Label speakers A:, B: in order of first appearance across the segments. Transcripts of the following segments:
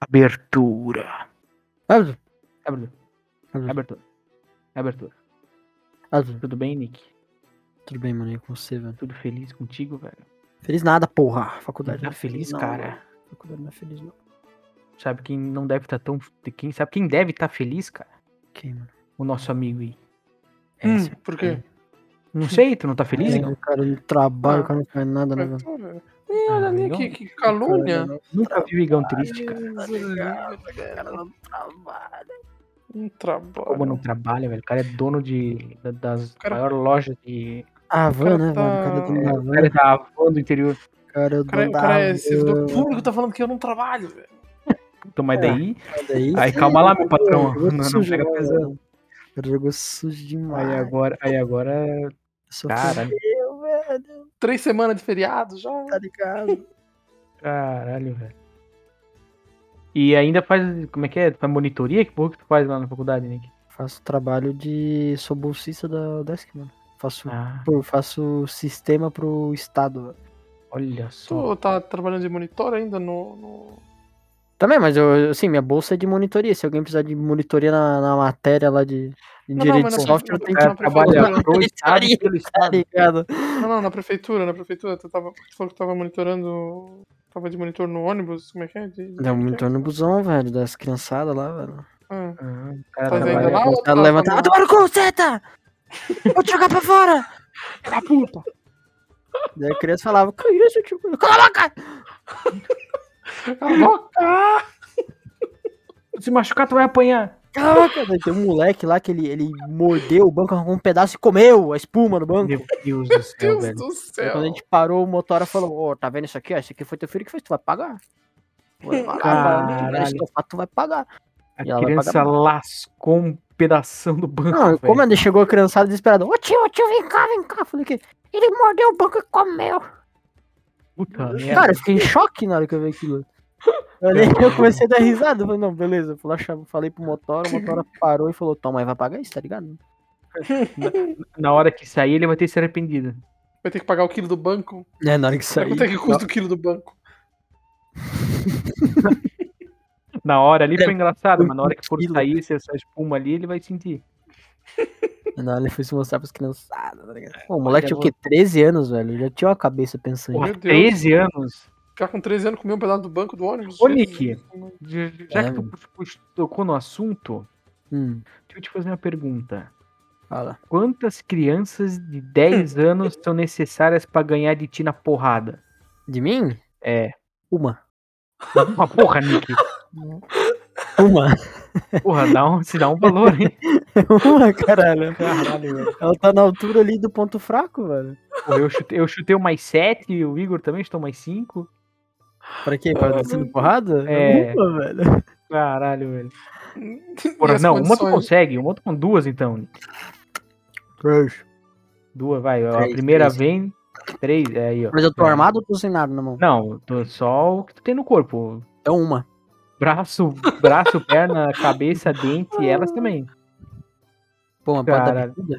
A: Abertura. Ah,
B: Abre. Abre. Abre.
A: Abertura. Abertura.
B: Abre.
A: ah, Tudo bem, Nick?
B: Tudo bem, mano, e com você, velho?
A: Tudo feliz contigo, velho?
B: Feliz nada, porra. Faculdade
A: Tá
B: não é
A: feliz,
B: não,
A: cara.
B: mano. Faculdade não é feliz, não.
A: Sabe quem não deve estar tão. Quem sabe quem deve estar feliz, cara?
B: Quem, mano?
A: O nosso amigo aí.
B: É,
C: Hum,
B: esse-
C: por quê?
A: Não sei, tu não tá feliz?
B: É, o cara não trabalha, o cara não faz nada, né, velho? né?
C: Abertura. Ih, olha
A: Ah,
C: ali,
A: legal.
C: que, que calúnia.
A: Nunca vi o Igão triste, cara.
C: Um trabalho.
A: Como não trabalha, velho. O cara é dono de, da- das
C: Cara-
A: maiores lojas de.
B: A van, né, velho? O cara
C: tá-
B: dono da
A: O
B: van,
A: cara da Avon do interior.
B: o cara é o
C: O cara,
B: dono
C: o
B: da
C: cara é servidor
B: van.
C: público, tá falando que eu não trabalho, velho.
A: Então, mas daí.
B: Daí
A: Aí
B: sim,
A: calma lá, meu
B: jogou-
A: patrão.
B: jogou
A: Não, não
B: sujo,
A: pega
B: né,
A: pesado.
B: velho? O cara jogou sujo demais.
A: Aí agora. Aí agora.
B: Só
A: Caralho.
B: fudeu, velho.
C: Três semanas de feriado já.
B: Tá ligado?
A: Caralho, velho. E ainda faz. Como é que é? Tu faz monitoria? Que porra que tu faz lá na faculdade, Nick?
B: faço trabalho de. Sou bolsista da Desk, mano. Faço,
A: Ah,
B: pô, faço sistema pro Estado, velho.
A: olha só.
C: Tu tá trabalhando de monitor ainda no. no-
B: Também, mas eu, assim, minha bolsa é de monitoria. Se alguém precisar de monitoria na, na matéria lá de, em
C: Não, não,
B: direito
C: mas
B: de
C: na-
B: software,
C: na-
B: tem
A: O
B: que
A: cara
C: na-
A: É, trabalha
C: na-
A: pro estado e
B: monitoria,
A: pelo
B: tá
A: estado.
B: ligado?
C: Não, não, na prefeitura, na prefeitura. Tu, tava, tu falou que tava monitorando. Tava de monitor no ônibus, como é que é? De, de-
B: Deu muito no busão, velho, das criançadas lá, velho.
C: Ah,
A: Ah, o cara
C: Faz ainda
A: trabalha.
C: lá? ou
B: Ela
C: tá-
B: levanta.
C: tá
B: Ah,
C: no-
B: toma no cu, seta! Vou te jogar pra fora!
C: Cala a puta!
B: Daí a criança falava, que isso, tio? Cala a boca!
C: Cala a boca!
A: Se machucar, tu vai apanhar.
B: Cala a boca! Daí tem um moleque lá que ele, ele mordeu o banco, arrancou um pedaço e comeu a espuma do banco.
A: Meu Deus do céu, É,
C: Deus
A: velho.
C: do
B: Aí
C: céu!
B: quando a gente parou, o motora falou, ô, tá vendo isso aqui? ó? Isso aqui foi teu filho que fez, tu vai pagar. Vou levar lá,
A: Caralho.
B: vai estofar, tu vai pagar.
A: A
B: E ela vai
A: criança
B: pagar
A: lascou um pedação do banco.
B: Não,
A: velho.
B: como é? ele chegou a criançada desesperada, ô tio, ô tio, vem cá, vem cá. Falei que ele mordeu o banco e comeu.
A: Puta
B: Cara,
A: merda.
B: eu fiquei em choque na hora que eu vi aquilo. Eu, olhei, eu comecei a dar risada, eu falei, não, beleza. Eu falei, achava- falei pro motora, o motora parou e falou, toma, aí vai pagar isso, tá ligado?
A: Na hora que sair, ele vai ter se arrependido.
C: Vai ter que pagar o quilo do banco?
B: É, na hora que
A: Tá
B: saiu.
C: Quanto é que custa o quilo do banco?
A: Na hora ali foi engraçado, mas na hora que for
B: Tranquilo.
A: sair, se essa espuma ali, ele vai sentir.
B: É, Na hora ele foi se mostrar pras criançadas, tá ligado? Pô, o moleque tinha o
A: olha,
B: quê? 13 anos, velho. Já tinha uma cabeça pensando.
A: Porra,
C: Deus.
A: 13 anos?
C: Ficar com 13 anos comer um pedaço do banco do ônibus?
A: Ô,
C: Jesus.
A: Nick. Já já
B: É,
A: que tu pux- tocou no assunto,
B: Hum,
A: deixa eu te fazer uma pergunta.
B: fala.
A: Quantas crianças de 10 anos são necessárias pra ganhar de ti na porrada?
B: De mim?
A: É.
B: Uma.
A: Uma porra, Nick.
B: Uma.
A: Porra, dá um, se dá um valor, hein?
B: uma, caralho.
A: Caralho, velho.
B: Ela tá na altura ali do ponto fraco, velho.
A: Porra, eu chutei, eu chutei o mais 7, o Igor também chutou mais 5.
B: Pra quê? Pra dar sendo porrada?
A: É.
B: Uma, velho.
A: Caralho, velho.
C: E
A: Porra,
C: as
A: não, uma tu
C: condições?
A: consegue, uma tu com duas então. Duas, vai. a
B: Três,
A: primeira
B: três.
A: vem, três, é aí, ó.
B: Mas eu tô armado ou tô sem nada na mão?
A: Não, tô só o que tu tem no corpo.
B: Então uma.
A: Braço, braço, perna, cabeça, dente, elas também.
B: Pô, uma pode dar
A: Caralho.
B: bicuda?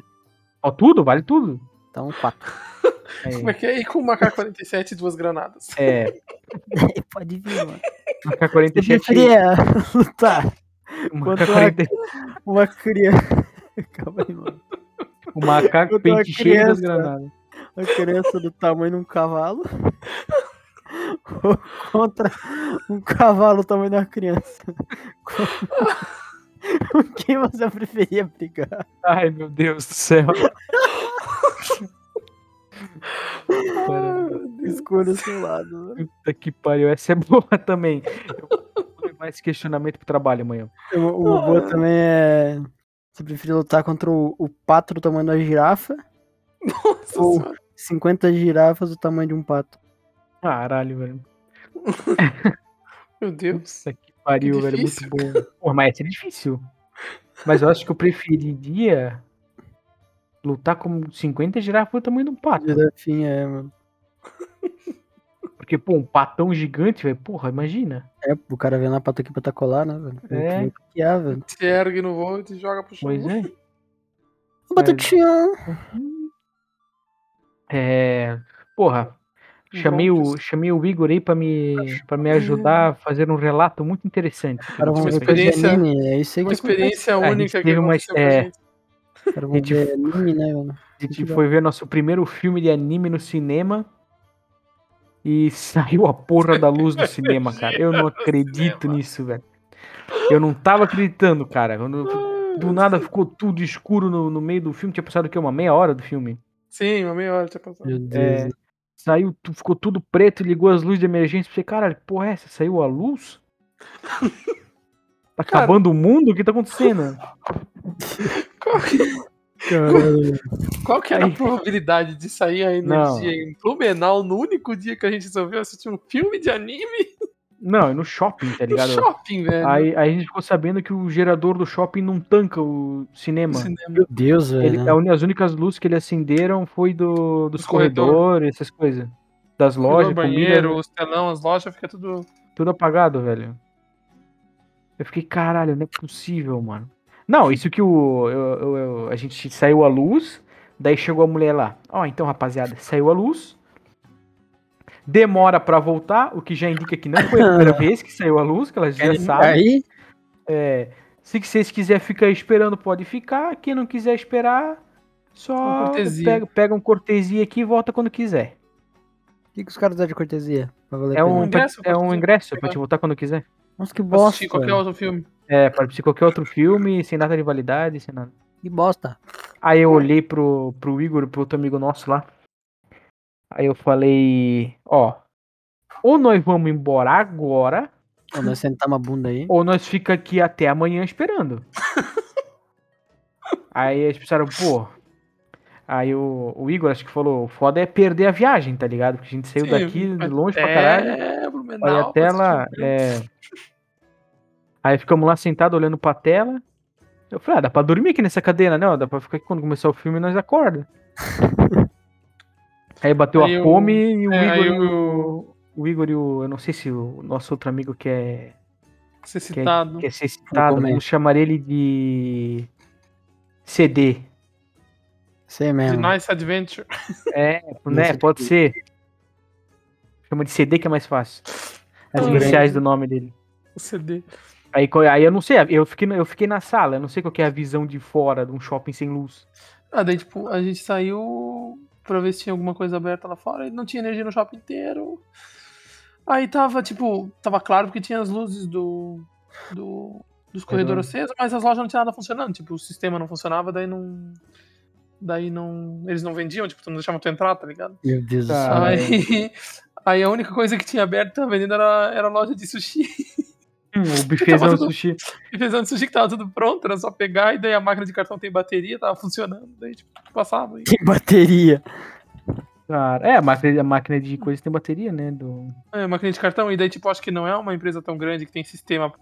A: Ó, tudo, vale tudo.
B: Então quatro.
A: Aí,
C: Como é que é? E com uma K-47 e duas granadas?
A: é,
B: pode vir, mano.
A: uma
B: Você
A: 47
B: preferia lutar
A: uma
B: quanto a-
A: K-40,
B: uma criança... Calma aí, mano.
A: uma
B: Quanto a
A: K-20 cheia das
B: criança.
A: granadas.
B: Uma criança do tamanho de um cavalo ou contra um cavalo do tamanho de uma criança? Com com quem você preferia brigar?
A: Ai, meu Deus do céu. Caralho.
B: Escolha o seu lado, né? velho.
A: Puta que pariu, essa é boa também. Eu vou levar esse questionamento pro trabalho amanhã.
B: Uma uma boa também é... Você preferia lutar contra o, o pato do tamanho da girafa
C: Nossa
B: ou
C: senhora.
B: 50 girafas do tamanho de um pato?
A: Caralho, velho.
C: Meu Deus.
A: Puta que pariu,
C: Que
A: velho. Muito
C: difícil.
A: bom. Pô, mas essa é difícil. Mas eu acho que eu preferiria lutar com 50 girafas do tamanho de um pato.
B: Girafinha, é, mano.
A: Porque, pô, um patão gigante, velho. Porra, imagina.
B: É, o cara vem lá pra tu aqui pra tá colar, né, velho? Tem
A: É.
B: que ver o que é, velho.
C: Se ergue no voo e te joga pro chão.
A: Pois é.
B: É. Ô, Batutinha!
A: É. Porra. Chamei
C: Brontes.
A: o, chamei o Igor aí pra me, pra me ajudar a fazer um relato muito interessante.
B: Cara,
C: Uma
B: vamos ver coisa de
C: experiência-
B: anime, é isso aí
C: Uma
B: que acontece.
C: experiência
A: Ah, a gente
C: única que
A: teve uma-
C: aconteceu com
A: é,
C: a gente.
B: Cara, vamos
A: gente-
B: ver anime, né, mano?
A: A gente foi ver nosso primeiro filme de anime no cinema e saiu a porra da luz do cinema, cara. Eu não acredito nisso, velho. Eu não tava acreditando, cara. Quando- do nada ficou tudo escuro no, no meio do filme. Tinha passado o quê? Uma meia hora do filme?
C: Sim, uma meia hora tinha passado.
B: Meu
A: É,
B: Deus.
A: saiu, tu- ficou tudo preto, ligou as luzes de emergência. Falei, caralho, que porra é essa? Saiu a luz? Tá
C: Cara-
A: acabando o mundo? O que tá acontecendo?
C: Qual,
B: Caralho.
C: qual que era
A: Aí-
C: a probabilidade de sair a
A: Não.
C: energia em Blumenau no único dia que a gente resolveu assistir um filme de anime
A: Não, é no shopping, tá
C: no
A: ligado?
C: shopping, né? velho?
A: Aí, aí a gente ficou sabendo que o gerador do shopping não tanca o
C: No
A: cinema.
C: cinema.
B: Meu Deus, velho.
A: Ele- a uni- as únicas luzes que ele acenderam foi do, dos
C: Dos
A: corredores, essas coisas. Das lojas,
C: Loja, banheiro,
A: comida,
C: os telão, as lojas, fica tudo.
A: tudo apagado, velho. Eu fiquei, caralho, não é possível, mano. Não, isso que o. eu- eu- eu- a gente saiu a luz, daí chegou a mulher lá. Ó, então, rapaziada, saiu a luz. Demora pra voltar, o que já indica que não foi a primeira vez que saiu a luz, que ela já sabe.
B: É, Aí,
A: É, se que vocês quiserem ficar esperando, pode ficar. Quem não quiser esperar,
C: Uma
A: só
C: cortesia.
A: pega, pega um cortesia aqui e volta quando quiser.
B: o que, que os caras dão de cortesia? Pra valer a
A: É um
B: pena?
C: ingresso,
A: ingresso, é um
C: cortesia.
A: ingresso pra te voltar quando quiser.
B: Nossa, que
C: Posso
B: bosta.
C: assistir qualquer outro filme.
A: É, para assistir qualquer outro filme, sem data de validade, sem nada.
B: Que bosta.
A: Aí eu olhei pro, pro Igor, pro outro amigo nosso lá. Aí eu falei, ó, ou nós vamos embora agora,
B: Pô, nós sentar uma bunda aí.
A: ou nós fica aqui até amanhã esperando. aí eles pensaram, pô. Aí o, o Igor acho que falou, o foda é perder a viagem, tá ligado? Porque a gente saiu
C: Sim,
A: daqui
C: vai
A: longe pra caralho.
C: É,
A: Aí
C: Blumenau.
A: a tela.
C: pra assistir um filme.
A: É... Aí ficamos lá sentados olhando pra tela. Eu falei, ah, dá pra dormir aqui nessa cadeira, né? Ó, Dá pra ficar aqui quando começar o filme nós acorda. aí bateu
C: Aí
A: a
C: o-
A: fome e o
C: é,
A: Igor.
C: aí
A: e
C: o-
A: o... o Igor e o. Eu não sei se o nosso outro amigo que é
C: Ser
A: que é-
C: citado.
A: que é ser citado,
B: Comédia.
A: vamos chamar ele de CD.
B: Sei
C: The
B: mesmo.
C: Nice Adventure.
A: É, né?
B: Nossa,
A: Pode
B: que-
A: ser. Chama de CD que é mais fácil. As
C: Tudo
A: iniciais do nome dele.
C: O CD.
A: Aí, co- aí eu não sei, eu fiquei, eu fiquei na sala, eu não sei qual que é a visão de fora de um shopping sem luz.
C: Ah, daí, tipo, a gente saiu pra ver se tinha alguma coisa aberta lá fora e não tinha energia no shopping inteiro. Aí tava, tipo, tava claro porque tinha as luzes do. do-
A: Uhum.
C: dos corredores acesos, mas as lojas não tinha nada funcionando. Tipo, o sistema não funcionava, daí não. Daí não. Eles não vendiam, tipo, não deixavam tu entrar, tá ligado?
B: Meu Deus do
A: Tá.
B: céu.
A: Ah, é.
C: aí. Aí a única coisa que tinha aberto tava vendendo era, era a loja de sushi.
A: Hum, o bifezão de
B: Então,
C: Tava tudo-
A: sushi.
C: E fez de sushi que tava tudo pronto, era só pegar, e daí a máquina de cartão tem bateria, tava funcionando, daí tipo, passava. E...
B: Tem bateria.
A: Cara, é, a máquina, a máquina de coisa tem bateria, né? Do...
C: É, máquina de cartão, e daí tipo, acho que não é uma empresa tão grande que tem sistema.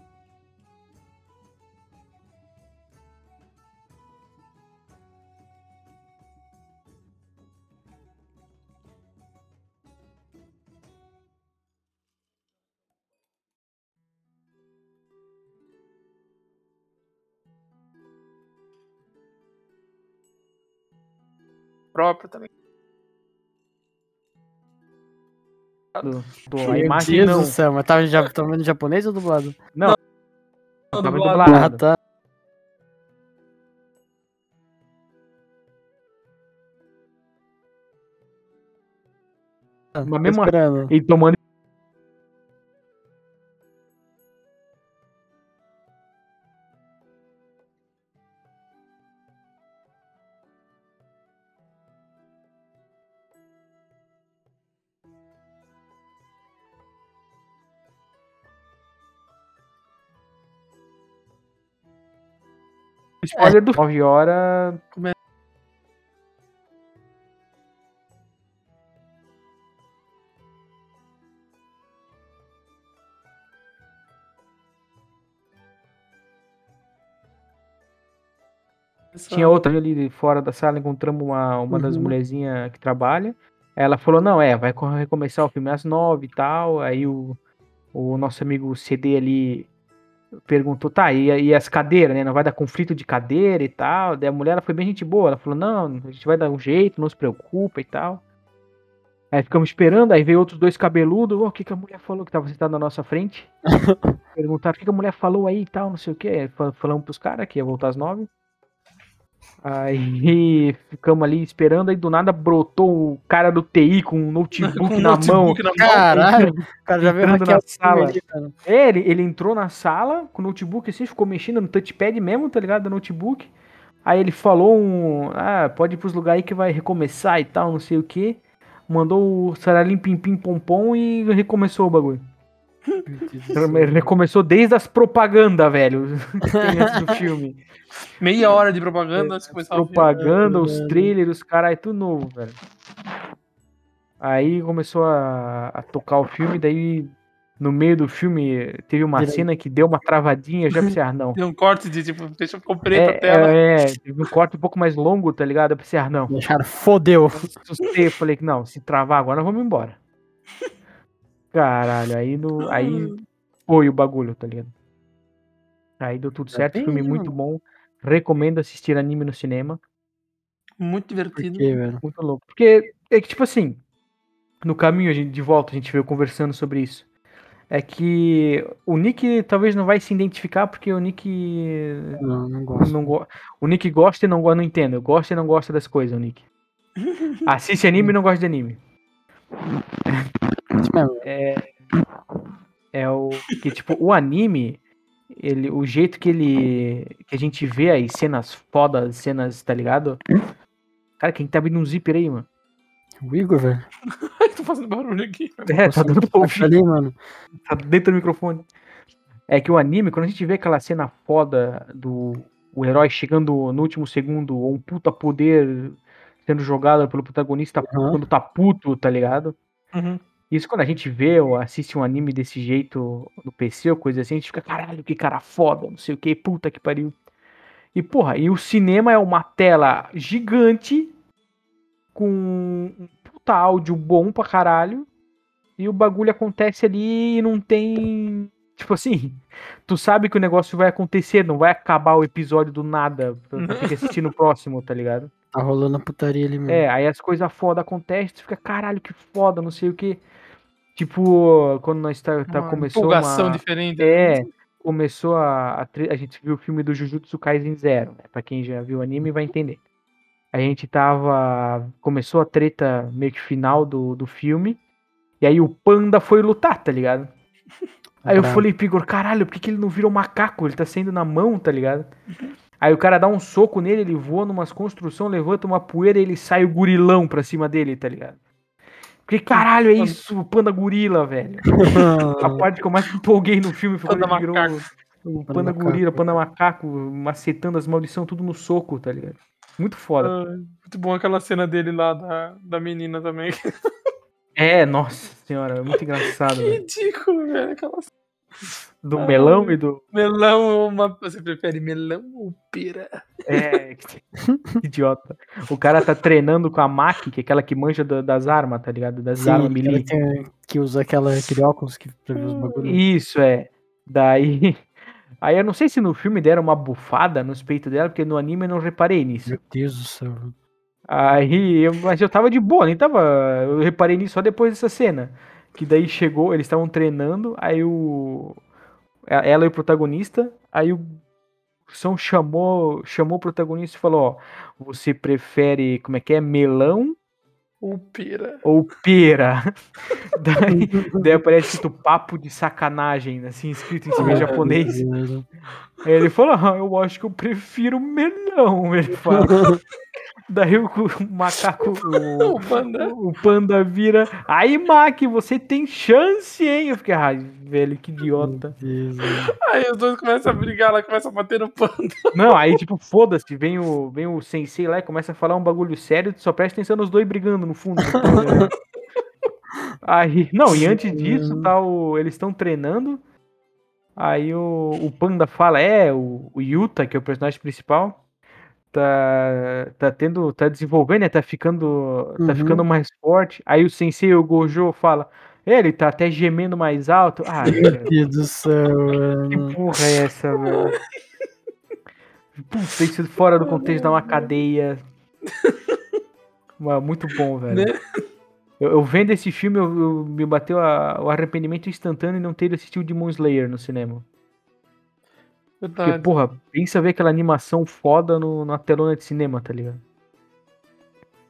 C: próprio também.
A: do, do a
B: Meu
A: imagem
B: Deus
A: não.
B: do céu. Mas tá tava já, tava vendo japonês ou dublado?
A: Tava
C: Dublado.
B: Ah,
A: dublado.
B: tá. Tá, tô
A: mesmo- assim,
B: esperando.
A: E tomando. Spoiler do 9 É. horas. Tinha outra ali de fora da sala, encontramos uma, uma das
B: Uhum.
A: mulherzinhas que trabalha. Ela falou, não, é, vai co- recomeçar o filme às nove e tal. Aí o, o nosso amigo CD ali perguntou, tá, e, e as cadeiras, né? Não vai dar conflito de cadeira e tal. Daí a mulher ela foi bem gente boa, ela falou, não, a gente vai dar um jeito, não se preocupa e tal. Aí ficamos esperando, aí veio outros dois cabeludos. "Ô, o que, que a mulher falou que tava sentado na nossa frente? Perguntaram o que, que a mulher falou aí e tal, não sei o que. Falamos pros caras que ia voltar às nove. Aí ficamos ali esperando, aí do nada brotou o cara do TI com um notebook
C: Com o
A: na mão.
C: notebook na mão.
B: Caralho, o cara já veio
A: tá Entrando
B: hackear
A: na
B: o time
A: sala.
B: ali, cara.
A: É, ele, ele entrou na sala com o notebook assim, ficou mexendo no touchpad mesmo, tá ligado? Do notebook. Aí ele falou um. Ah, pode ir pros lugares aí que vai recomeçar e tal, não sei o que. Mandou o Saralim Pim Pim Pom Pom e recomeçou o bagulho. Recomeçou desde as propagandas, velho. que tem antes do filme.
C: Meia hora de propaganda antes de começar o filme.
A: É, propaganda, os
B: mano.
A: trailers, os caras, é tudo novo, velho. Aí começou a, a tocar o filme, daí no meio do filme teve uma
B: Direito.
A: cena que deu uma travadinha, eu já pensei, ah, não.
C: Tem um corte de tipo, deixa ficou preto a
A: É,
C: tela.
A: é, é, teve um corte um pouco mais longo, tá ligado? Eu pensei, ah, não.
B: Deixaram, fodeu.
A: Assustei, eu falei que não, se travar agora, nós vamos embora. Caralho, aí, no, aí foi o bagulho, tá ligado? Aí deu tudo
B: Ainda
A: certo,
B: bem,
A: filme
B: né,
A: muito bom. Recomendo assistir anime no cinema.
C: Muito
B: Por
C: divertido.
B: quê, velho?
A: Muito louco. Porque é que, tipo assim, no caminho a gente, de volta, a gente veio conversando sobre isso. É que o Nick talvez não vai se identificar porque o Nick
B: Não, não gosto.
A: não go... o Nick gosta e não gosta, não entendo. Gosta e não gosta das coisas, o Nick. Assiste anime e não gosta de anime.
B: Isso mesmo.
A: É o que tipo o anime, ele, o jeito que ele que a gente vê aí cenas fodas, cenas, tá ligado? Cara, quem tá abrindo um zíper aí, mano?
B: O Igor, velho.
C: Ai, tô fazendo barulho aqui.
A: É, tá dando pra ouvir.
B: ali, mano.
A: Tá dentro do microfone. É que o anime, quando a gente vê aquela cena foda do o herói chegando no último segundo, ou um puta poder sendo jogado pelo protagonista
B: Aham.
A: quando tá puto, tá ligado?
C: Uhum.
A: Isso quando a gente vê ou assiste um anime desse jeito no PC ou coisa assim, a gente fica, caralho, que cara foda, não sei o que, puta que pariu. E porra, e o cinema é uma tela gigante com um puta áudio bom pra caralho. E o bagulho acontece ali e não tem. Tipo assim, tu sabe que o negócio vai acontecer, não vai acabar o episódio do nada. pra- pra ter que assistir no próximo, tá ligado?
B: Tá rolando a putaria ali,
C: Hum.
B: mano.
A: É, aí as coisas foda acontecem, tu fica, caralho, que foda, não sei o que. Tipo, quando nós tá, tá-
C: Uma
A: começou
C: empolgação
A: uma...
C: diferente.
A: É, começou a, a... tri- A gente viu o filme do Jujutsu Kaisen Zero, né? Pra quem já viu o anime vai entender. A gente tava... Começou a treta meio que final do, do filme. E aí o panda foi lutar, tá ligado? Aí eu
B: Brabo.
A: falei pro Igor, caralho, por que, que ele não virou macaco? Ele tá saindo na mão, tá ligado? Aí o cara dá um soco nele, ele voa numas construções, levanta uma poeira e ele sai o gurilão pra cima dele, tá ligado? Porque caralho, é isso, o panda gorila, velho. A parte que eu mais me empolguei no filme foi quando
C: Panda
A: ele virou
C: macaco.
A: o
B: Panda
A: panda
B: macaco.
A: gorila, panda macaco, macetando as maldições tudo no soco, tá ligado? Muito foda.
C: Ai, Muito bom aquela cena dele lá da, da menina também. Que
A: É, nossa senhora, é muito engraçado. velho.
C: ridículo, velho. Aquela cena.
A: Do melão e do.
C: Melão ou uma. Você prefere melão ou pera?
A: É, que idiota. O cara tá treinando com a MAC, que é aquela que manja da- das armas, tá ligado? Das
B: Sim,
A: armas
B: aquela
A: melee.
B: que, que usa aquela, aquele óculos que pra ver os bagulhos.
A: Isso, é. Daí. Aí eu não sei se no filme deram uma bufada nos peitos dela, porque no anime eu não reparei nisso.
B: Meu Deus do céu.
A: Aí, eu- mas eu tava de boa, nem tava. Eu reparei nisso só depois dessa cena. Que daí chegou, eles estavam treinando, aí o. e- Ela e o protagonista, aí o São chamou, chamou o protagonista e falou: Ó, você prefere, como é que é? Melão
C: Ou pera?
A: ou pera? daí, daí aparece escrito papo de sacanagem, assim, escrito em
B: Ah,
A: cima em japonês. Aí ele falou, ah, eu acho que eu prefiro melão, ele fala. Daí o, cu- o macaco,
C: Não,
A: o,
C: panda.
A: o panda vira, aí Mac, você tem chance, hein? Eu fiquei, ai, velho, que idiota.
C: Aí os dois começam a brigar, ela começa a bater no panda.
A: Não, aí tipo, foda-se, vem o, vem o sensei lá e começa a falar um bagulho sério, só presta atenção nos dois brigando no fundo. Aí, não, e antes disso, tá, o- eles estão treinando, aí o, o Panda fala, é, o, o Yuta, que é o personagem principal, tá, tá tendo, tá desenvolvendo, né, tá ficando, tá
B: Uhum.
A: ficando mais forte. Aí o sensei, o Gojo, fala, é, ele tá até gemendo mais alto. Ah, velho,
B: Meu Deus do céu,
A: que
B: mano.
A: porra é essa, velho? Puta, isso fora do contexto dá uma cadeia. Mas muito bom, velho.
C: Né?
A: Eu, eu vendo esse filme, eu, eu- me bateu a- o arrependimento instantâneo de não ter assistido Demon Slayer no cinema. Porque,
C: Verdade.
A: porra, pensa ver aquela animação foda no, na telona de cinema, tá ligado?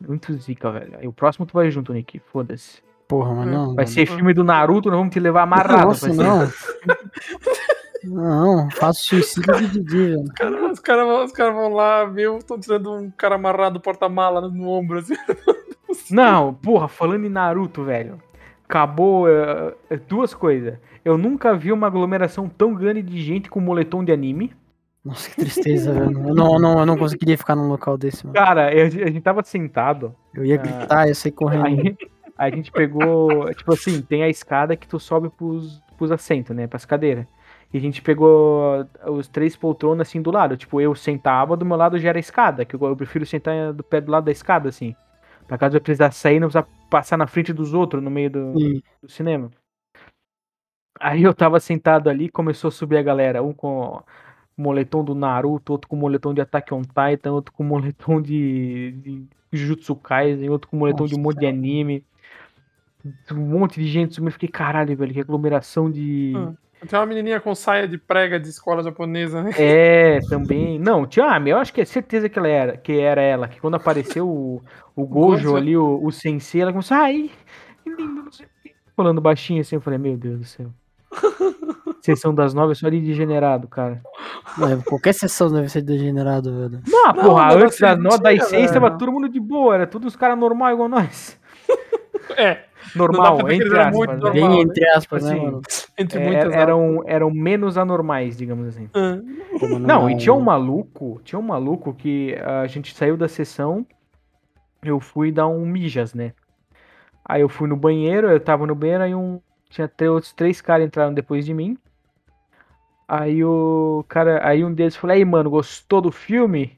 A: Muito zica, velho. Aí o próximo tu vai junto, Nick. Foda-se.
B: Porra, mas
C: É.
B: não.
A: Vai
B: mano.
A: ser filme do Naruto, nós vamos te levar amarrado.
B: Nossa,
A: vai ser.
B: não. não, faço suicídio de Didi, velho.
C: Cara, os caras vão, os cara vão lá, viu? Estão tirando um cara amarrado porta-mala no, no ombro, assim.
A: Não, porra, falando em Naruto, velho. Acabou eh, eh, duas coisas. Eu nunca vi uma aglomeração tão grande de gente com moletom de anime.
B: Nossa, que tristeza, velho. Eu não, eu não, eu não conseguiria ficar num local desse, mano.
A: Cara, eu- a gente tava sentado.
B: Eu ia gritar, ia sair correndo.
A: Aí a gente pegou. Tipo assim, tem a escada que tu sobe pros, pros assentos, né? Pras cadeiras. E a gente pegou os três poltronas assim do lado. Tipo, eu sentava, do meu lado já era a escada. Que eu, eu prefiro sentar do pé do lado da escada, assim. Pra caso eu precisar sair, não precisar passar na frente dos outros no meio do,
B: Sim.
A: do cinema. Aí eu tava sentado ali, começou a subir a galera, um com o moletom do Naruto, outro com o moletom de Attack on Titan, outro com o moletom de, de Jujutsu Kaisen, outro com o moletom de um
B: Nossa,
A: monte de anime. Um monte de gente sumiu, eu fiquei, caralho, velho, que aglomeração de.
C: Hum. Tem uma menininha com saia de prega de escola japonesa, né?
A: É, também. Não, tinha, ah, meu, eu acho que é certeza que ela era, que era ela, que quando apareceu o, o Gojo
C: Gojo.
A: ali, o, o Sensei, ela começou, ai, que lindo, não sei o quê. Falando baixinho assim, eu falei, meu Deus do céu. Sessão das nove, eu sou ali degenerado, cara.
B: Mano, qualquer sessão deve ser degenerado, velho.
A: Não,
C: Não,
A: porra,
C: mas
A: antes
C: você
A: da
C: não
A: no- das
C: tinha, né?
A: seis, tava
C: velho.
A: todo mundo de boa, era todos os caras normal igual nós.
C: É,
A: Normal,
C: pra dizer que
A: entre
C: era
A: aspas.
C: muito
A: né?
C: normal.
B: Bem
C: né?
B: entre aspas,
A: Assim,
B: né, mano?
C: entre
A: É,
C: muitas
A: eram, eram menos anormais, digamos assim.
C: Ah,
B: Pô, mano,
A: Não, e tinha um
B: mano.
A: maluco, tinha um maluco que a gente saiu da sessão, eu fui dar um mijas, né? Aí eu fui no banheiro, eu tava no banheiro, aí um. Tinha três, outros três caras entraram depois de mim. Aí o cara. Aí um deles falou, aí, mano, gostou do filme?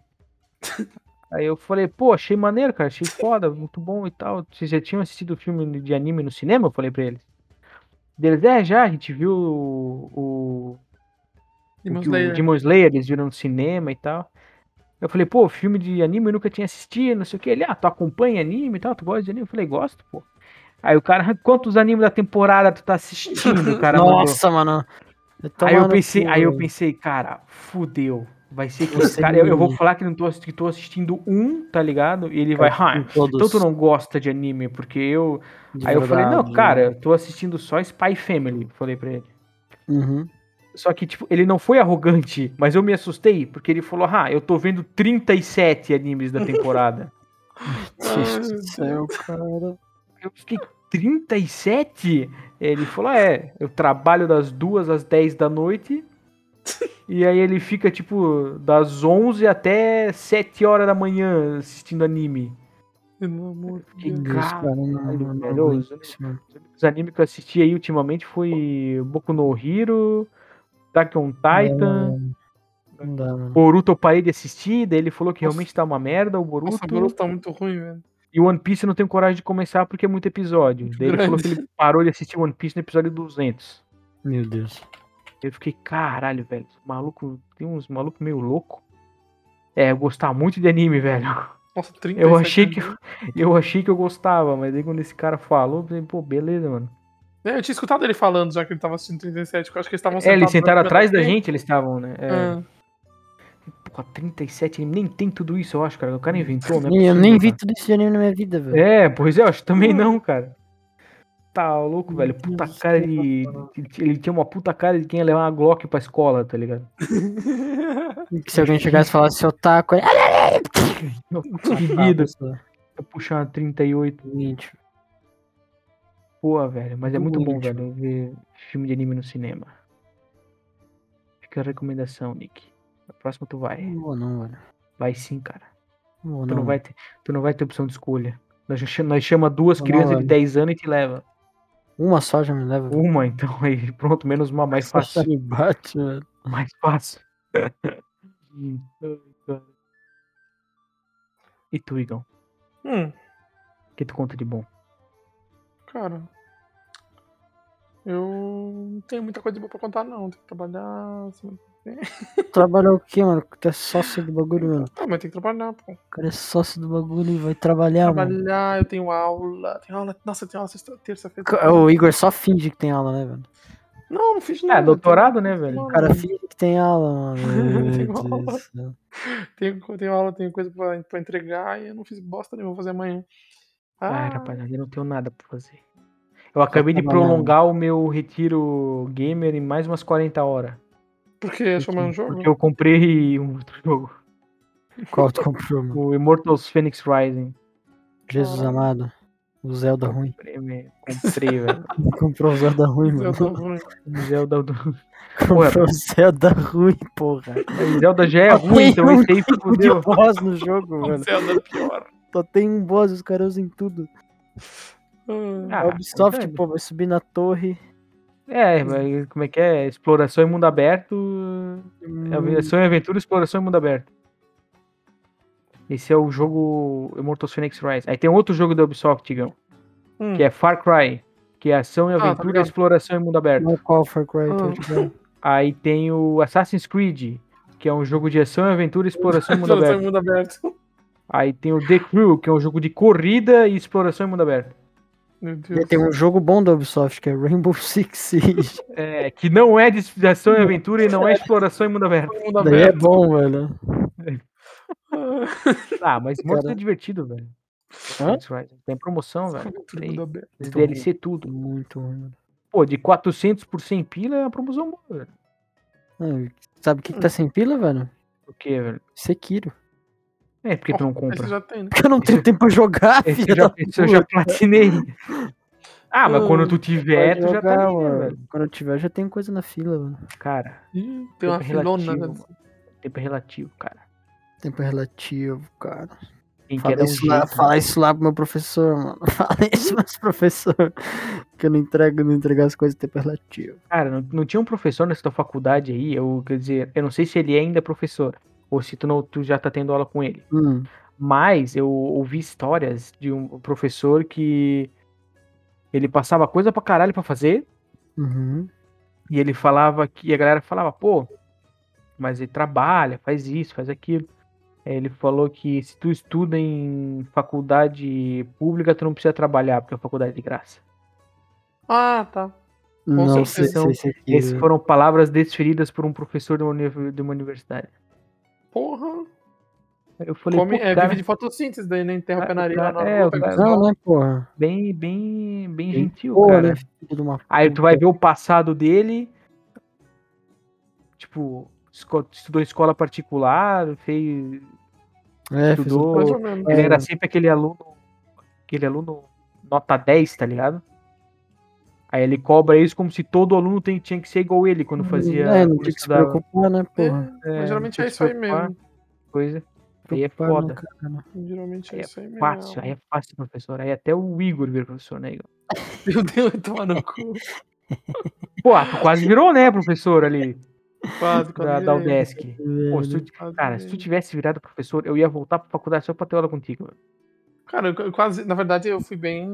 A: aí eu falei, pô, achei maneiro, cara, achei foda, muito bom e tal. Vocês já tinham assistido filme de anime no cinema? Eu falei pra eles. Deles, é, já, a gente viu o- o
C: Demon
A: o que o
C: Slayer.
A: Demon Slayer, eles viram no cinema e tal. Eu falei, pô, filme de anime eu nunca tinha assistido, não sei o que. Ele, ah, tu acompanha anime e tal, tu gosta de anime? Eu falei, gosto, pô. Aí o cara, "Ah, quantos animes da temporada tu tá assistindo, cara? mandou.
B: Nossa, mano.
A: aí eu pensei, aí eu pensei, cara, fudeu. Vai ser que esse
B: Você
A: cara, eu, eu vou
B: me-
A: falar que, não tô, assisti- que tô assistindo um, tá ligado? E ele
B: É,
A: vai,
B: um
A: ah, então tu não gosta de anime, porque eu. Aí eu falei,
B: né?"
A: não, cara, eu tô assistindo só Spy Family, falei pra ele.
B: Uhum.
A: Só que, tipo, ele não foi arrogante, mas eu me assustei, porque ele falou, ah, eu tô vendo 37 animes da temporada.
B: Deus do céu, cara.
A: eu fiquei, 37? Ele falou, é, eu trabalho das 2 às 10 da noite, e aí ele fica, tipo, das 11 até 7 horas da manhã assistindo anime.
C: Pelo amor de
A: Que
C: Deus.
B: Deus, cara, não, não, não,
A: velho,
B: não
A: os-
B: aguento isso, mano.
A: Os animes que eu assisti aí ultimamente foi Boku no Hero, Attack on Titan...
B: Não dá, mano.
A: Boruto eu parei de assistir, daí ele falou que
C: Nossa.
A: realmente tá uma merda o Boruto.
C: Nossa, o Boruto tá muito ruim, velho.
A: E One Piece eu não tenho coragem de começar porque é muito episódio. daí ele falou que
C: grande.
A: ele parou de assistir One Piece no episódio 200.
B: Meu Deus.
A: Eu fiquei, caralho, velho, esse maluco, tem uns malucos meio louco. É, eu gostava muito de anime, velho.
C: Nossa, 30
A: Eu achei que eu achei que eu gostava, mas aí quando esse cara falou, eu falei, pô, beleza, mano.
C: É, eu tinha escutado ele falando já que ele tava assistindo 37, porque eu acho que eles estavam
A: É, eles
C: na
A: sentaram
C: primeira
A: atrás da
C: vez.
A: gente, eles estavam, né? É,
C: Ah,
A: Porra, 37, nem tem tudo isso, eu acho, cara. O cara
C: Hum.
A: inventou, né?
B: Nem- eu nem vi tudo isso de anime na minha vida, velho.
A: É, pois é, eu acho que também não, cara. Tá louco, velho. Puta
B: Deus
A: cara
B: do céu,
A: de. de- Ele tinha uma puta cara de quem ia levar uma Glock pra escola, tá ligado? né?
B: Que se alguém chegasse e falasse é otaku, ele...
A: Meu
B: Ah,
A: Querido,
B: só.
A: eu puxar uma 38.
B: Gente,
A: Pô, velho. Mas é muito bom,
B: Muito.
A: velho, ver filme de anime no cinema. Fica a recomendação, Nick. Na próxima tu vai.
B: não vou não, velho.
A: Vai sim, cara.
B: Não vou
A: Tu
B: não.
A: não vai ter, tu não vai ter opção de escolha. Nós, já chama- nós chama duas
B: Não,
A: crianças de
B: velho.
A: 10 anos e te leva.
B: Uma só já me leva. velho.
A: Uma, então, aí pronto, menos uma, mais
B: Só
A: fácil.
B: me bate, velho.
A: Mais fácil. Ai, cara. e tu, Igão?
C: hum,
A: O que tu conta de bom?
C: cara. Eu não tenho muita coisa boa pra contar, não. Tem que trabalhar. semana-
B: Trabalhar o quê, mano? Tu é sócio do bagulho, mano.
C: Não, mas tem que trabalhar, pô.
B: O cara é sócio do bagulho e vai trabalhar, mano.
C: Trabalhar, eu tenho aula. Tenho aula. Nossa, eu tenho aula sexta- terça-feira.
B: Ca- O Igor só finge que tem aula, né, velho?
C: Não, não fiz nada.
A: É,
C: eu tenho-
A: doutorado, né, velho?
B: O cara finge que tem aula, mano. Uhum. Meu
C: Tem
B: Deus
C: aula.
B: do céu.
C: Tenho, tenho aula, tenho coisa pra, pra entregar e eu não fiz bosta nenhuma, vou fazer amanhã.
A: Ah,
C: Ah,
A: rapaziada, eu não tenho nada pra fazer. Eu acabei de
B: trabalhando.
A: prolongar o meu retiro gamer em mais umas 40 horas.
C: porque achou mais um jogo?
A: Porque eu comprei um outro jogo.
B: Qual tu comprou, mano?
A: O Immortals Phoenix Rising.
B: Jesus
C: Caralho.
B: amado. O Zelda ruim.
A: Comprei, meu. Comprei, velho.
B: Comprou o Zelda ruim,
C: Eu
B: mano.
C: tô é ruim.
A: Zelda, do-
B: Comprou o Zelda ruim, porra.
A: Zelda já é
B: Só
A: ruim,
B: tem
A: então
B: um
A: esse aí
B: tipo de
A: fudeu.
B: boss no jogo, mano.
C: Zelda pior.
B: Só tem um boss, os caras usam em tudo.
C: Ah,
A: Ah,
B: a Ubisoft,
A: verdade.
B: pô, vai subir na torre.
A: É, mas como é que é? Exploração em mundo aberto.
B: Hum,
A: É Ação e aventura, exploração em mundo aberto. Esse é o jogo Immortals Phoenix Rise. Aí tem outro jogo da Ubisoft, Tigão,
C: hum.
A: que é Far Cry, que é ação e
C: tá
A: aventura,
C: ligado.
A: exploração em mundo aberto.
B: não, é qual Far Cry,
C: Ah.
B: tô ligado.
A: Aí tem o Assassin's Creed, que é um jogo de ação e aventura, exploração em mundo
C: Exploração
A: aberto.
C: em é mundo aberto.
A: Aí tem o The Crew, que é um jogo de corrida e exploração em mundo aberto.
C: Meu
B: E
C: Deus.
B: Tem um jogo bom da Ubisoft, que é Rainbow Six Siege.
A: É, que não é de ação e aventura e não é exploração em mundo aberto.
C: Mundo
B: Daí é
C: aberto.
B: bom, velho.
C: Ah,
A: Ah, mas Immortals
B: Cara.
A: é divertido, velho.
B: Hã?
A: Phoenix Rising. Tem promoção, velho.
C: tudo mundo aberto.
A: Tem DLC tudo.
B: Muito ruim, mano.
A: Pô, de 400 por 100 pila é uma promoção boa, velho.
B: Ah, sabe o que, que tá sem pila, velho?
A: Por quê, velho?
B: Sekiro.
A: É porque tu não compra.
C: Esse já tem, né?
B: Porque eu não tenho tempo pra jogar,
A: Esse
B: filho
A: eu já,
B: da
A: esse eu já platinei. Ah, mas quando tu tiver,
B: Pode
A: tu já tá
B: jogar,
A: ali, né,
B: mano.
A: velho?
B: Quando eu tiver, já tem coisa na fila, mano.
A: Cara,
C: Ih, Tem uma
A: Tempo
C: filona.
A: relativo,
C: né?
A: tempo é relativo, cara.
B: Tempo é relativo, cara.
A: Quem quer
B: Fala
A: dar um
B: isso, lá,
A: jeito.
B: fala isso lá pro meu professor, mano. Fala isso pro professor. Que eu não entrego, não entregar as coisas, tempo é relativo.
A: Cara, não, não tinha um professor nessa tua faculdade aí, eu, quer dizer, eu não sei se ele ainda é professor, ou se tu, não, tu já tá tendo aula com ele.
B: Hum.
A: Mas eu ouvi histórias de um professor que ele passava coisa pra caralho pra fazer
B: Uhum.
A: e ele falava que e a galera falava, pô, mas ele trabalha, faz isso, faz aquilo. Aí Ele falou que se tu estuda em faculdade pública, tu não precisa trabalhar, porque a faculdade é de graça.
C: Ah, tá. Com
B: Não sei
C: certeza.
B: se é Sekiro.
A: Essas foram palavras desferidas por um professor de uma, univer- de uma universidade.
C: Porra.
A: Eu falei,
C: Come,
A: pô,
C: é,
A: cara,
C: vive de fotossíntese daí, né? Enterra o pé
A: Cara,
C: na areia lá na
A: é,
C: rua,
A: o
C: pega
A: cara-
C: sol.
B: Não, né, porra?
A: bem, bem, bem gentil,
B: Porra,
A: cara.
B: né, Tipo filho de uma
A: Aí tu
B: puta.
A: vai ver o passado dele. Tipo, esco- estudou em escola particular, fez.
B: É, fiz um-
A: estudou.
C: Mais ou menos.
A: Ele era
B: É.
A: sempre aquele aluno. Aquele aluno nota 10, tá ligado? Aí ele cobra isso como se todo aluno tem- tinha que ser igual ele quando fazia.
B: É, não
A: quando
B: tem que se
A: estudava,
B: preocupar, né, porra?
C: É, mas geralmente
A: tem
C: é
A: que se
C: isso aí
A: preocupar.
C: mesmo.
A: Coisa. Aí é
B: Preocupar, né,
A: foda.
B: cara?
C: Geralmente é,
A: É
C: isso aí mesmo.
A: Fácil, aí é fácil, professor. Aí até o Igor vira professor, né, Igor?
C: Meu Deus, vai tomar no cu.
A: Pô, ah, tu quase virou, né, professor ali
C: Quase,
A: da,
C: quase.
A: da
C: virei,
A: UDESC. Pô, se tu
C: quase
A: Cara, se tu
C: virei.
A: tivesse virado professor, eu ia voltar pra faculdade só pra ter aula contigo. mano.
C: Cara, eu eu quase. Na verdade, eu fui bem.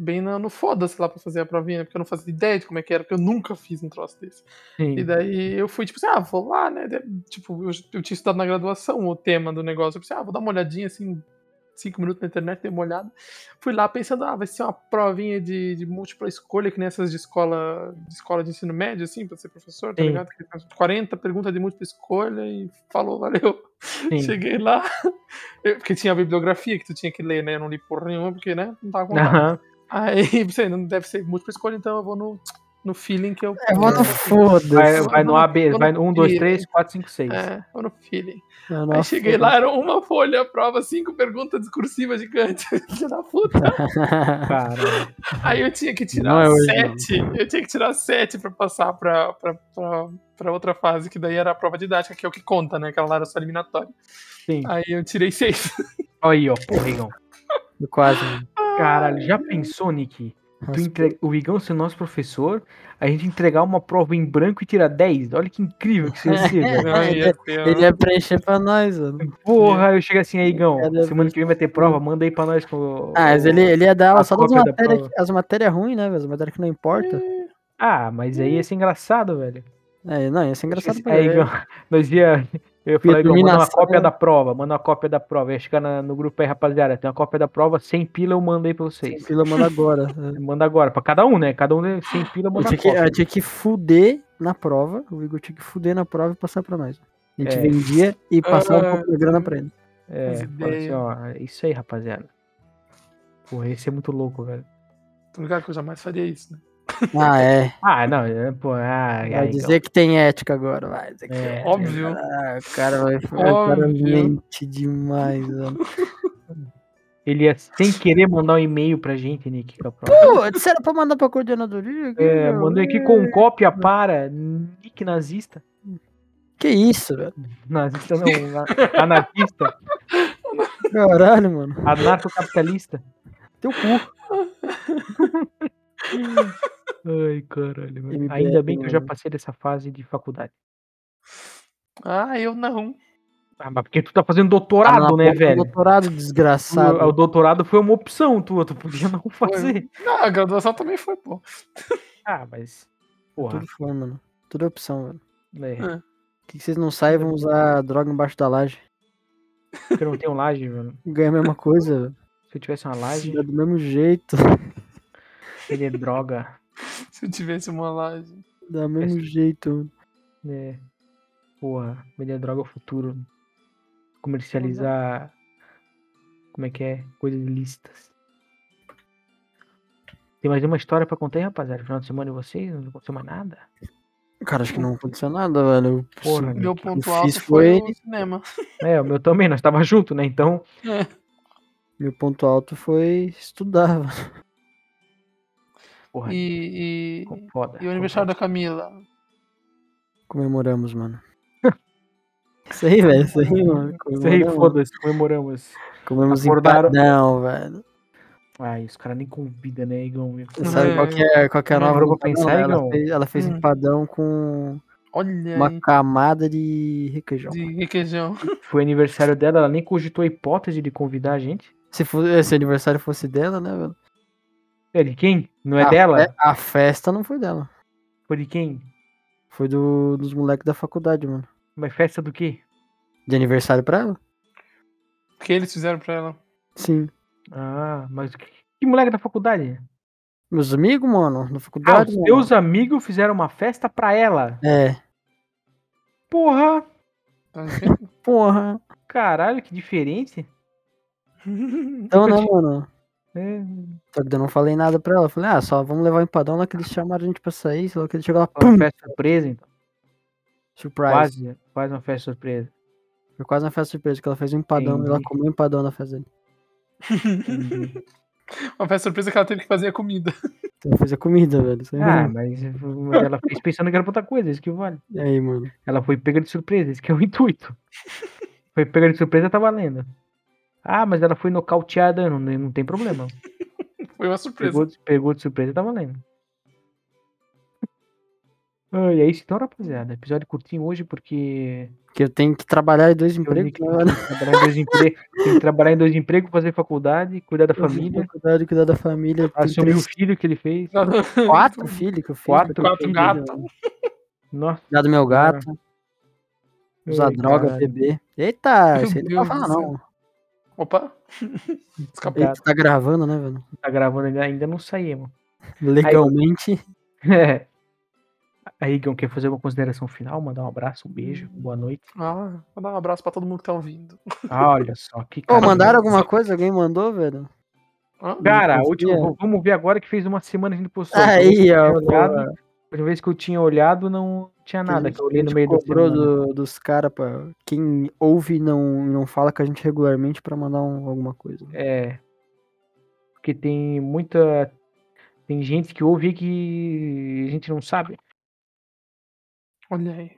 C: Bem na- no foda-se lá pra fazer a provinha, porque eu não fazia ideia de como é que era, porque eu nunca fiz um troço desse. E daí eu fui, tipo assim, ah, vou lá, né? de- Tipo, eu, eu tinha estudado na graduação o tema do negócio. Eu pensei, ah, vou dar uma olhadinha, assim, cinco minutos na internet, dei uma olhada. Fui lá pensando, ah, vai ser uma provinha de, de múltipla escolha, que nem essas de escola, de escola de ensino médio, assim, pra ser professor, tá
A: Sim.
C: ligado? Que faz 40 perguntas de múltipla escolha e falou, valeu.
A: Sim.
C: Cheguei lá, eu- porque tinha a bibliografia que tu tinha que ler, né? Eu não li porra nenhuma, porque, né? Não tava contando.
A: Aham.
C: Aí, pensei, não deve ser múltipla escolha, então eu vou no, no feeling que eu.
B: É,
A: né?
B: mano,
A: Vai,
B: foda-se.
A: vai no AB, vai no 1, 2,
C: Sim.
A: 3, 4, 5, 6.
C: É, vou no feeling.
B: É,
C: Aí
B: nossa,
C: cheguei lá, era uma folha, a prova, cinco perguntas discursivas gigantes. Filha da puta.
A: Cara,
C: Aí eu tinha que
B: Não
C: tirar
B: é hoje,
C: sete. Eu tinha que tirar sete pra passar pra, pra, pra, pra outra fase, que daí era a prova didática, que é o que conta, né? Aquela lá era só eliminatória.
A: sim.
C: Aí eu tirei seis.
A: Olha aí, ó, porra, Igão.
B: Quase. mano.
A: Caralho, já pensou, Nick? Tu
B: Ah. Nossa,
A: entre- O Igão ser nosso professor, a gente entregar uma prova em branco e tirar 10. Olha que incrível que isso ia ser, velho.
C: Não, ia ser
B: é
A: É.
B: Ele ia preencher pra nós, mano.
A: Porra, eu chego assim, aí, Igão,
B: Cara,
A: semana que vem vai ter prova, manda aí pra nós. Com... o-
B: Ah, mas ele, ele ia dar aula
A: A
B: só das
A: cópia da
B: matérias,
A: prova.
B: as matérias ruins, né, velho? As matérias que não importa.
A: Ah, mas aí ia ser engraçado, velho.
B: É, não, ia ser engraçado pra
A: Aí,
B: ele.
A: Igão, nós ia. Eu ia falar, Igão,
B: dormir
A: manda
B: na
A: uma
B: sala.
A: cópia da prova, manda uma cópia da prova. Ia chegar na- no grupo aí, rapaziada, tem uma cópia da prova, 100 pila eu mando aí pra vocês.
B: Fila manda agora.
A: Manda agora, pra cada um, né? Cada um né, 100 pila,
B: Eu
A: manda
B: tinha,
A: uma
B: que,
A: cópia.
B: eu tinha que fuder na prova. O Igor tinha que fuder na prova e passar pra nós. A gente
A: É.
B: vendia e passava
C: Ah.
B: um pouco de grana pra ele.
A: É,
C: as
A: fala assim, ó, é isso aí, rapaziada. Porra, esse é muito louco, velho.
B: é
C: A única coisa mais faria isso, né?
B: Ah, é. então.
A: Ah, não, é, pô, ah,
B: Vai
A: ah, Igão.
B: dizer que tem ética agora. Vai dizer que tem
A: É,
B: ética.
C: Óbvio.
B: Ah, o cara vai o cara
C: Óbvio.
B: mente demais, mano.
A: Ele ia sem querer mandar um e-mail pra gente, Nick. com a prova.
B: Pô, disseram pra mandar pra coordenadoria? aqui,
A: É,
B: meu.
A: mandei aqui com cópia para Nick nazista.
B: Que isso, velho?
A: Nazista não, na- anarquista,
B: Caralho, mano.
A: anarcocapitalista.
B: Teu cu.
A: Ai, caralho. velho.
B: MBL,
A: Ainda bem que eu já
B: mano.
A: passei dessa fase de faculdade.
C: Ah, eu não.
A: Ah, mas porque tu tá fazendo
B: Tá na
A: doutorado, né,
B: porta do
A: velho?
B: Doutorado desgraçado.
A: Tu- O doutorado foi uma opção tua, tu podia não fazer.
C: Ah, a graduação também foi, pô.
A: Ah, mas. Porra.
B: Tudo foi, mano. Tudo é opção, velho.
A: É,
B: Por que que vocês não saem e vão usar droga embaixo da laje?
A: porque eu não tenho laje, mano.
B: Ganha a mesma coisa, velho.
A: Se eu tivesse uma
B: Se
A: laje,
B: dá do mesmo jeito.
A: ele é droga.
C: Se eu tivesse uma laje.
B: Dá do mesmo jeito. mano.
A: né? Porra, vender droga é o futuro. Comercializar. Como é que é? Coisas ilícitas. Tem mais uma história pra contar aí, rapaziada? Final de semana e vocês? Não aconteceu mais nada?
B: Cara, acho que não aconteceu nada, velho. Eu-
A: Porra,
C: Meu
A: Nick.
C: ponto
B: eu
C: alto
B: fiz
C: foi
B: foi-
C: o cinema.
A: É, o meu também, nós tava junto, né? Então,
B: Meu ponto alto foi estudar, velho.
A: porra,
C: E, e,
A: foda.
C: e o aniversário da Camila.
B: Comemoramos, mano. Isso aí, velho. Isso aí, mano.
A: Isso aí,
B: Comemoramos.
A: foda-se, comemoramos.
B: Comemos
A: Acordaram-
B: empadão, velho.
A: Ai, os caras nem convidam, né, Igão?
B: Você sabe
C: É.
B: qual que é, qual que é a
A: Não
B: nova
A: parou
B: do
A: pra
B: empadão,
A: pensar,
B: né? ela
A: Igão?
B: fez, ela fez
C: Hum.
B: empadão com
C: Olha
B: uma
C: aí,
B: camada de
A: Então.
B: requeijão.
C: de requeijão.
A: Foi aniversário dela, ela nem cogitou a hipótese de convidar a gente.
B: Se, fosse, se o aniversário fosse dela, né, velho?
A: É de quem? Não é
B: A
A: dela?
B: fe- A festa não foi dela.
A: Foi de quem?
B: Foi do, dos moleques da faculdade, mano.
A: Mas festa do quê?
B: De aniversário pra ela?
C: O que eles fizeram pra ela?
B: Sim.
A: Ah, mas que, que moleque da faculdade?
B: Meus amigos, mano, na
A: Ah,
B: faculdade.
A: os
B: mano.
A: teus amigos fizeram uma festa pra ela.
B: É.
A: Porra!
C: Tá vendo?
B: Porra.
A: Caralho, que diferente.
B: Então, né, mano?
A: É,
B: Só que eu não falei nada pra ela. Falei, ah, só vamos levar o empadão lá que eles chamaram a gente pra sair. Sei lá que ele chegou lá,
A: uma
B: pum,
A: festa surpresa, então.
B: surprise.
A: Quase, quase uma festa surpresa.
B: Foi quase uma festa surpresa, que ela fez um empadão e ela
A: Entendi.
B: comeu um empadão na festa dele.
A: Entendi.
C: Uma festa surpresa que ela teve que fazer a comida.
B: Então ela fez a comida, velho. Isso aí,
A: ah,
B: mano.
A: mas, mas ela fez pensando que era pra outra coisa, isso que vale.
B: E aí, mano?
A: Ela foi pega de surpresa, esse que é o intuito. Foi pega de surpresa, tá valendo. Ah, mas ela foi nocauteada, não, não tem problema.
C: Foi uma surpresa.
A: Pegou, de- pegou de surpresa, tá valendo. Ah, e é isso então, rapaziada. Episódio curtinho hoje porque
B: Que eu tenho que trabalhar em dois
A: eu
B: empregos.
A: tenho que
B: né, velho?
A: trabalhar em dois empregos, tem que trabalhar em dois empregos, fazer faculdade, cuidar da
B: Eu tenho
A: família,
B: Cuidado, cuidar da família. Tem
A: assumir o
B: três,
A: filho que ele fez.
B: quatro filhos que eu fiz.
A: Quatro
C: Quatro
A: filhos,
C: gatos.
A: velho. Nossa,
B: Cuidar do meu gato. Usar
A: ai,
B: droga,
A: caralho.
B: beber. Eita, isso aí não
C: Meu
B: pode falar,
C: Deus do
B: não.
C: Opa! Escapou.
A: Obrigado.
B: Eita, tá gravando, né, velho?
A: Tá gravando ainda, ainda não saímos.
B: Legalmente.
A: É. Aí, Gão, quer fazer uma consideração final? Mandar um abraço, um beijo,
B: Hum.
A: boa noite.
C: Ah, vou dar um abraço pra todo mundo que tá ouvindo.
A: Ah, olha só, que
B: Pô,
A: cara.
B: mandaram alguma coisa? Alguém mandou, velho?
C: Ah,
A: Cara,
B: Não
A: o último,
B: confia.
A: v- vamos ver agora que fez uma semana que a gente postou.
B: Aí, ó.
A: Eu tinha olhado, a última vez que eu tinha olhado, não tinha nada. Que eu olhei no meio da
B: cobrou
A: semana.
B: do- dos caras pra quem ouve e não, não fala com a gente regularmente pra mandar um- alguma coisa.
A: É. Porque tem muita. Tem gente que ouve que a gente não sabe.
C: Olha aí.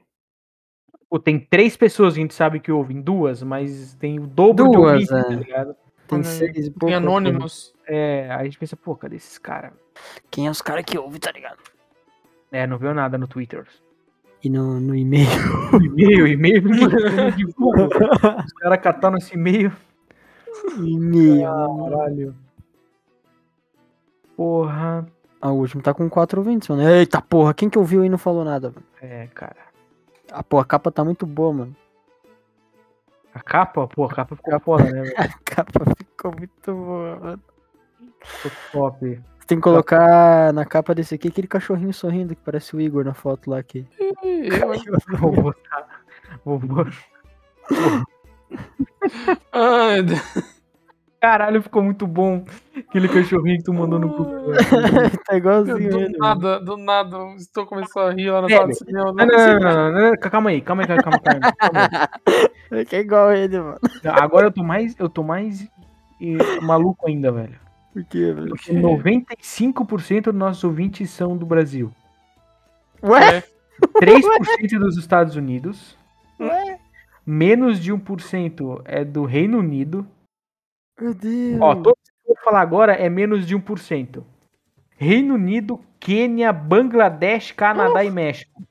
A: Ou tem três pessoas que a gente sabe que ouvem, duas, mas tem o dobro de
B: Duas,
A: ouvintes, tá
B: é.
A: ligado?
B: Tem
C: Olha aí.
B: seis e pouco.
C: Tem anônimos.
A: É, aí a gente pensa, pô, cadê esses caras?
B: Quem é os caras que ouvem, tá ligado?
A: É, não viu nada no Twitter.
B: E no, no e-mail.
A: E-mail, e-mail, ninguém divulga. Os caras cataram esse e-mail.
B: e-mail.
A: Caralho. Porra.
B: Ah, o último tá com 4 ouvintes, mano. Eita porra, quem que ouviu e não falou nada, mano?
A: É, cara.
B: Ah, porra, a capa tá muito boa, mano.
A: A capa, pô, a capa ficou foda, né? velho?
B: A capa ficou muito boa, mano.
A: Ficou top.
B: Tem que colocar na capa desse aqui aquele cachorrinho sorrindo que parece o Igor na foto lá aqui.
C: Ih, eu, hein?
A: Vou botar. Vou botar.
C: Ai, Deus.
A: Caralho, ficou muito bom. Aquele cachorrinho que tu mandou no grupo.
B: tá
C: Meu,
B: igualzinho
C: do
B: ele. mano.
C: nada, do nada, eu estou começando a rir lá na
A: Sério?
C: sala de
A: Não,
C: cinema.
A: não,
C: Não,
A: não,
C: consigo.
A: não, não, não, calma aí, calma aí, calma aí, calma aí, calma aí.
B: É que é igual ele, mano.
A: Agora eu tô mais, eu tô mais eh, maluco ainda, velho.
B: Por quê, velho?
A: Porque 95% dos nossos ouvintes são do Brasil.
B: Ué?
A: 3% dos Estados Unidos. Menos de 1% é do Reino Unido.
B: Meu Deus.
A: Ó, todo que eu vou falar agora é menos de 1%. Reino Unido, Quênia, Bangladesh, Canadá e México.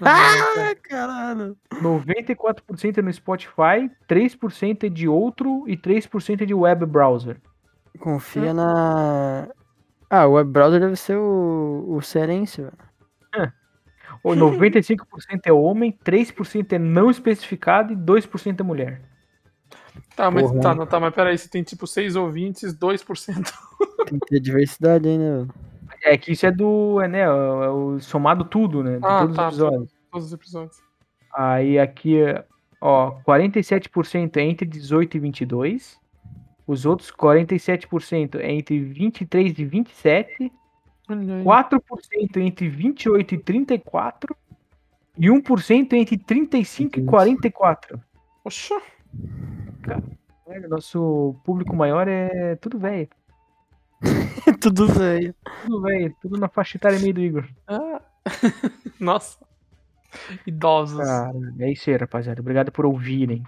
B: Ah, caralho.
A: 94% é no Spotify, 3% é de outro e 3% é de web browser.
B: Confia na. Ah, o web browser deve ser o, o Serense, velho.
A: Ou 95% é homem, 3% é não especificado e 2% é mulher.
C: Tá, mas
B: Porra.
C: tá, não, tá, mas peraí, você tem tipo 6 ouvintes, 2%.
B: Tem que ter diversidade aí, né, velho?
A: É que isso é do, é, né, é o é o somado tudo, né, de
C: Ah,
A: todos
C: tá,
A: os
C: tá.
A: episódios.
C: Todos os episódios.
A: Aí aqui, ó, 47% é entre 18 e 22. Os outros 47% é entre 23 e 27.
C: Olha aí.
A: 4% entre 28 e 34. E 1% entre 35 e 44.
C: Poxa,
A: Velho, Nosso público maior é tudo velho.
B: Tudo velho.
A: Tudo velho. Tudo na faixa etária meio do Igor.
C: Ah. Nossa. Idosos.
A: Cara, é isso aí, rapaziada. Obrigado por ouvirem.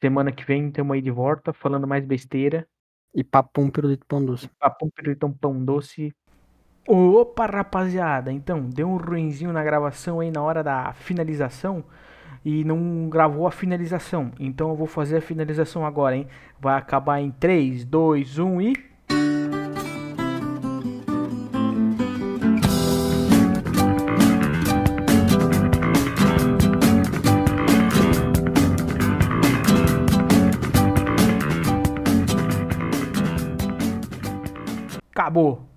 A: Semana que vem tamo aí de volta falando mais besteira.
B: E papum pirulito pão doce.
A: Papão Piritão um Pão Doce. Opa, rapaziada! Então, deu um ruinzinho na gravação aí na hora da finalização e não gravou a finalização. Então eu vou fazer a finalização agora, hein? Vai acabar em 3, 2, 1 e. Acabou!